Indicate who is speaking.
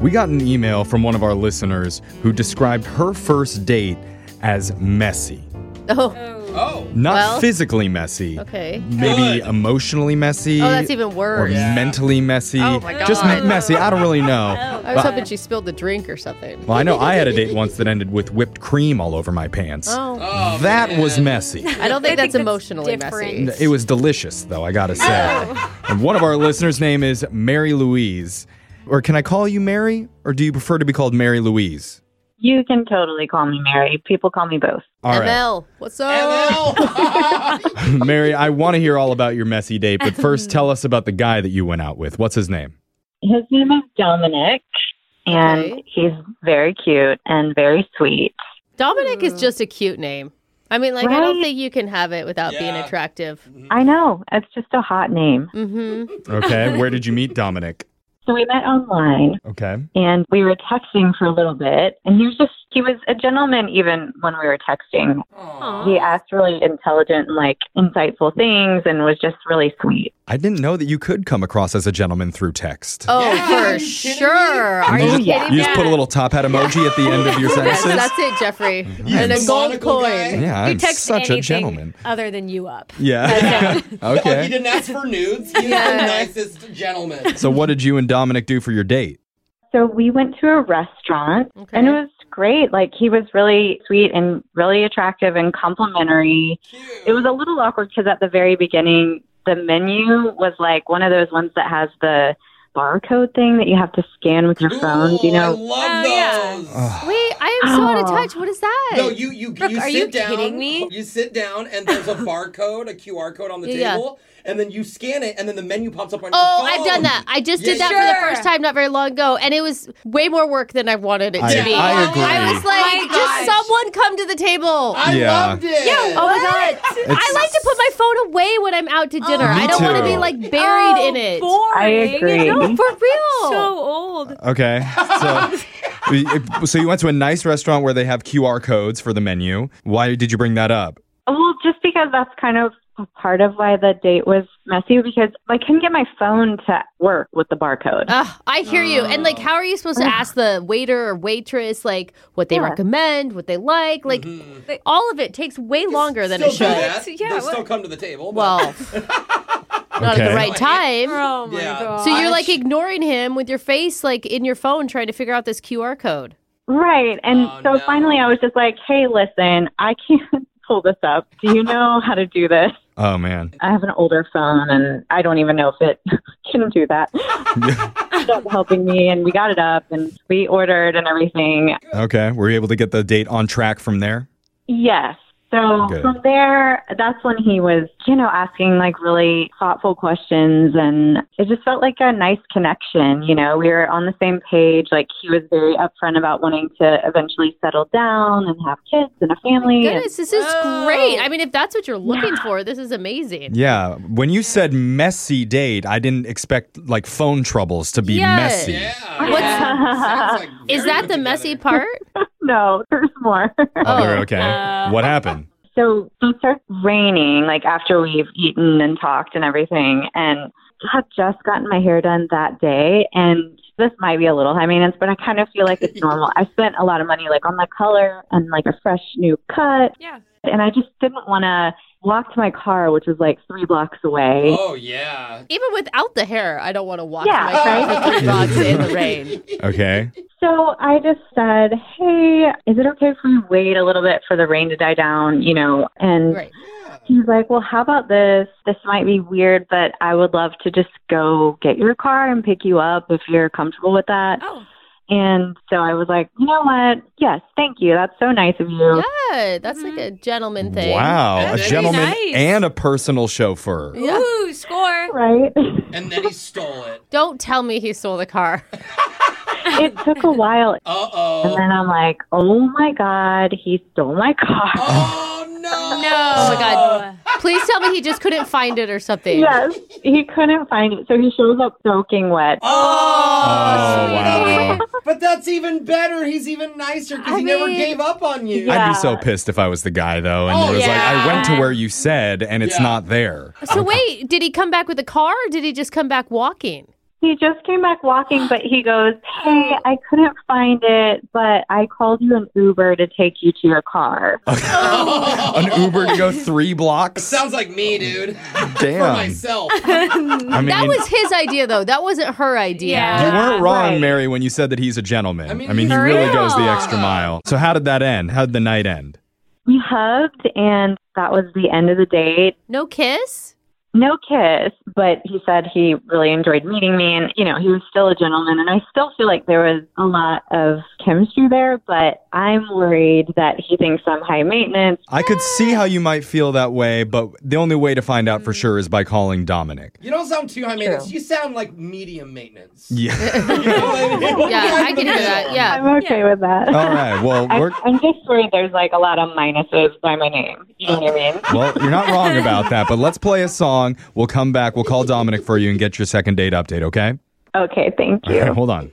Speaker 1: We got an email from one of our listeners who described her first date as messy.
Speaker 2: Oh,
Speaker 3: Oh.
Speaker 1: Not
Speaker 2: Well-
Speaker 1: physically messy.
Speaker 2: okay.
Speaker 1: Maybe
Speaker 3: Good.
Speaker 1: emotionally messy.
Speaker 2: Oh, that's even worse.
Speaker 1: Or mentally messy.
Speaker 2: Oh, my
Speaker 1: Just
Speaker 2: God.
Speaker 1: messy. I don't really know.
Speaker 2: I was hoping she spilled the drink or something.
Speaker 1: Well, I know I had a date once that ended with whipped cream all over my pants.
Speaker 2: Oh,
Speaker 3: Oh,
Speaker 1: that
Speaker 3: man.
Speaker 1: was messy.
Speaker 2: I don't think that's emotionally
Speaker 4: different.
Speaker 1: N-
Speaker 2: messy.
Speaker 1: It was delicious, though, I gotta say. And one of our listeners' name is Mary Louise. Or can I call you Mary? Or do you prefer to be called Mary Louise?
Speaker 5: You can totally call me Mary. People call me both.
Speaker 1: All right.
Speaker 2: ML, what's up?
Speaker 1: Mary, I want to hear all about your messy date, but first tell us about the guy that you went out with. What's his name?
Speaker 5: His name is Dominic, and
Speaker 2: Okay.
Speaker 5: he's very cute and very sweet.
Speaker 2: Dominic is just a cute name. I mean, like, I don't
Speaker 5: mm. Right?
Speaker 2: think you can have it without being
Speaker 3: Yeah.
Speaker 2: attractive.
Speaker 5: I know, it's just a hot name.
Speaker 2: hmm
Speaker 1: Okay. Where did you meet Dominic?
Speaker 5: So we met online,
Speaker 1: Okay.
Speaker 5: and we were texting for a little bit, and he was just, he was a gentleman even when we were texting.
Speaker 3: Aw.
Speaker 5: He asked really intelligent and like insightful things and was just really sweet.
Speaker 1: I didn't know that you could come across as a gentleman through text.
Speaker 2: Oh,
Speaker 3: Yeah, are
Speaker 2: for
Speaker 3: you kidding me?
Speaker 2: sure. Are
Speaker 1: you
Speaker 2: you
Speaker 1: just,
Speaker 2: kidding
Speaker 1: you
Speaker 2: me?
Speaker 1: just put a little top hat emoji at the end of your
Speaker 2: Yes,
Speaker 1: sentences.
Speaker 2: that's it, Jeffrey. And a gold
Speaker 3: Monocle
Speaker 2: coin.
Speaker 3: guy.
Speaker 1: yeah,
Speaker 4: Who
Speaker 1: I'm
Speaker 4: texts
Speaker 1: such a
Speaker 4: anything
Speaker 1: gentleman.
Speaker 4: Other than you up.
Speaker 1: Yeah.
Speaker 3: Like he
Speaker 1: okay.
Speaker 3: didn't ask for nudes. He's
Speaker 2: Yes.
Speaker 3: the nicest gentleman.
Speaker 1: So, what did you and Dominic do for your date?
Speaker 5: So we went to a restaurant
Speaker 2: Okay.
Speaker 5: and it was great. Like he was really sweet and really attractive and complimentary. It was a little awkward because at the very beginning, the menu was like one of those ones that has the barcode thing that you have to scan with your phone. Do you
Speaker 3: Ooh, I
Speaker 5: know?
Speaker 3: love
Speaker 4: Oh, yeah.
Speaker 3: those.
Speaker 2: Wait, I am so out of
Speaker 5: Oh.
Speaker 2: touch. What is that?
Speaker 3: No, you you
Speaker 4: Brooke,
Speaker 3: you
Speaker 4: are
Speaker 3: sit
Speaker 4: you
Speaker 3: down.
Speaker 4: kidding me?
Speaker 3: You sit down and there's a barcode, a QR code on the
Speaker 2: Yeah.
Speaker 3: table, and then you scan it, and then the menu pops up on
Speaker 2: Oh,
Speaker 3: your phone.
Speaker 2: I've done that. I just did that
Speaker 3: Yeah,
Speaker 2: for
Speaker 4: sure.
Speaker 2: the first time not very long ago, and it was way more work than I wanted it to
Speaker 1: I-
Speaker 2: be.
Speaker 1: I agree.
Speaker 2: was like,
Speaker 4: Oh My
Speaker 2: just
Speaker 4: gosh.
Speaker 2: someone come to the table.
Speaker 3: I
Speaker 1: Yeah.
Speaker 3: loved it.
Speaker 2: oh my god! I like to put my phone away when I'm out to dinner.
Speaker 1: Me
Speaker 2: I don't want to
Speaker 1: too.
Speaker 2: be like buried
Speaker 4: Oh,
Speaker 2: in it.
Speaker 4: Boring.
Speaker 5: I agree.
Speaker 2: No, for real.
Speaker 4: So old.
Speaker 1: Okay. So, so you went to a nice restaurant where they have QR codes for the menu. Why did you bring that up?
Speaker 5: Oh, Well, just because that's kind of part of why the date was messy because I couldn't get my phone to work with the barcode.
Speaker 3: Oh.
Speaker 2: Ugh, I hear you. And like, how are you supposed to ask the waiter or waitress like what they
Speaker 5: Yeah.
Speaker 2: recommend, what they like? Like,
Speaker 4: Mm-hmm.
Speaker 3: Mhm.
Speaker 2: all of it takes way longer than
Speaker 3: still
Speaker 2: it
Speaker 3: do
Speaker 2: should.
Speaker 3: that.
Speaker 4: Yeah,
Speaker 3: they
Speaker 4: what-
Speaker 3: still come to the table. but-
Speaker 2: Well, not at
Speaker 1: Okay.
Speaker 2: the right time.
Speaker 4: Oh my
Speaker 3: Yeah.
Speaker 4: god.
Speaker 2: So you're
Speaker 3: I
Speaker 2: like
Speaker 3: actu-
Speaker 2: ignoring him with your face like in your phone trying to figure out this QR code.
Speaker 5: Right. And
Speaker 3: Oh,
Speaker 5: so
Speaker 3: no.
Speaker 5: finally I was just like, hey, listen, I can't pull this up. Do you know how to do this?
Speaker 1: Oh man.
Speaker 5: I have an older phone and I don't even know if it can do that. Stop helping me and we got it up and we ordered and everything.
Speaker 1: Okay. Were you able to get the date on track from there?
Speaker 5: Yes. So
Speaker 1: Good.
Speaker 5: from there, that's when he was, you know, asking like really thoughtful questions and it just felt like a nice connection, you know. We were on the same page, like he was very upfront about wanting to eventually settle down and have kids and a family. and-
Speaker 2: Goodness, this is
Speaker 4: Oh.
Speaker 2: great. I mean, if that's what you're looking
Speaker 5: Yeah.
Speaker 2: for, this is amazing.
Speaker 1: Yeah. When you said messy date, I didn't expect like phone troubles to be
Speaker 2: Yeah.
Speaker 1: messy.
Speaker 3: Yeah.
Speaker 2: What's-
Speaker 3: Sounds like
Speaker 2: Is
Speaker 3: very
Speaker 2: that
Speaker 3: put
Speaker 2: the messy
Speaker 3: together.
Speaker 2: part?
Speaker 5: no, there's more.
Speaker 1: Oh, they're
Speaker 2: Oh.
Speaker 1: okay.
Speaker 4: Uh.
Speaker 1: what happened?
Speaker 5: So it starts raining, like after we've eaten and talked and everything. And I had just gotten my hair done that day, and this might be a little high maintenance, but I kind of feel like it's normal. I spent a lot of money, like on the color and like a fresh new cut,
Speaker 4: Yeah.
Speaker 5: and I just didn't want to walk to my car, which was like three blocks away.
Speaker 3: Oh yeah.
Speaker 2: Even without the hair, I don't want to walk
Speaker 5: Yeah.
Speaker 2: my car for three blocks in the rain.
Speaker 1: Okay.
Speaker 5: So I just said, "Hey, is it okay if we wait a little bit for the rain to die down?" You know, and
Speaker 2: Right.
Speaker 5: He's like, Well, how about this? This might be weird, but I would love to just go get your car and pick you up if you're comfortable with that.
Speaker 4: Oh.
Speaker 5: And so I was like, You know what? Yes, thank you. That's so nice of you.
Speaker 2: Yeah, that's like a gentleman thing.
Speaker 1: Wow.
Speaker 3: That's
Speaker 1: a
Speaker 3: very
Speaker 1: gentleman
Speaker 4: nice.
Speaker 1: and a personal chauffeur.
Speaker 2: Yeah.
Speaker 4: Ooh, score.
Speaker 5: Right?
Speaker 3: And then he stole it.
Speaker 2: Don't tell me he stole the car.
Speaker 5: it took a while.
Speaker 3: Uh
Speaker 5: And
Speaker 3: oh.
Speaker 5: then I'm like, Oh my God, he stole my car.
Speaker 3: Oh no.
Speaker 4: No.
Speaker 2: Oh my god. Please tell me he just couldn't find it or something.
Speaker 5: Yes, he couldn't find it. So he shows up soaking wet.
Speaker 3: Oh,
Speaker 1: Oh, wow.
Speaker 3: But that's even better. He's even nicer because
Speaker 2: I
Speaker 3: he never
Speaker 2: mean-
Speaker 3: gave up on you.
Speaker 5: Yeah.
Speaker 1: I'd be so pissed if I was the guy though, and
Speaker 3: Oh,
Speaker 1: it was
Speaker 3: yeah.
Speaker 1: like I went to where you said, and it's
Speaker 3: Yeah.
Speaker 1: not there.
Speaker 2: So wait, did he come back with a car or did he just come back walking?
Speaker 5: He just came back walking, but he goes, Hey, I couldn't find it, but I called you an Uber to take you to your car.
Speaker 1: An Uber to go three blocks.
Speaker 3: Sounds like me, dude. For
Speaker 1: Damn.
Speaker 3: myself.
Speaker 1: I mean,
Speaker 2: that was his idea, though. That wasn't her idea.
Speaker 1: you
Speaker 4: Yeah.
Speaker 1: weren't wrong,
Speaker 5: Right.
Speaker 1: Mary, when you said that he's a gentleman. I
Speaker 3: I
Speaker 1: mean,
Speaker 3: mean,
Speaker 1: he
Speaker 4: For
Speaker 1: really
Speaker 4: real.
Speaker 1: goes the extra mile. So how did that end? How did the night end?
Speaker 5: We hugged, and that was the end of the date.
Speaker 2: No kiss?
Speaker 5: No kiss, but he said he really enjoyed meeting me, and you know he was still a gentleman, and I still feel like there was a lot of chemistry there. But I'm worried that he thinks I'm high maintenance.
Speaker 1: I could see how you might feel that way, but the only way to find out for sure is by calling Dominic.
Speaker 3: You don't sound too high maintenance. You sound like medium maintenance.
Speaker 1: Yeah.
Speaker 3: You know what I mean?
Speaker 2: Yeah, I can hear that. Yeah.
Speaker 5: I'm okay with that.
Speaker 1: All right. Well,
Speaker 5: I,
Speaker 1: we're,
Speaker 5: I'm just worried there's like a lot of minuses by my name. You know what I mean?
Speaker 1: well, you're not wrong about that, but let's play a song. We'll come back. We'll call Dominic for you and get your second date update, okay?
Speaker 5: Okay, thank
Speaker 1: All
Speaker 5: you.
Speaker 1: right, hold on.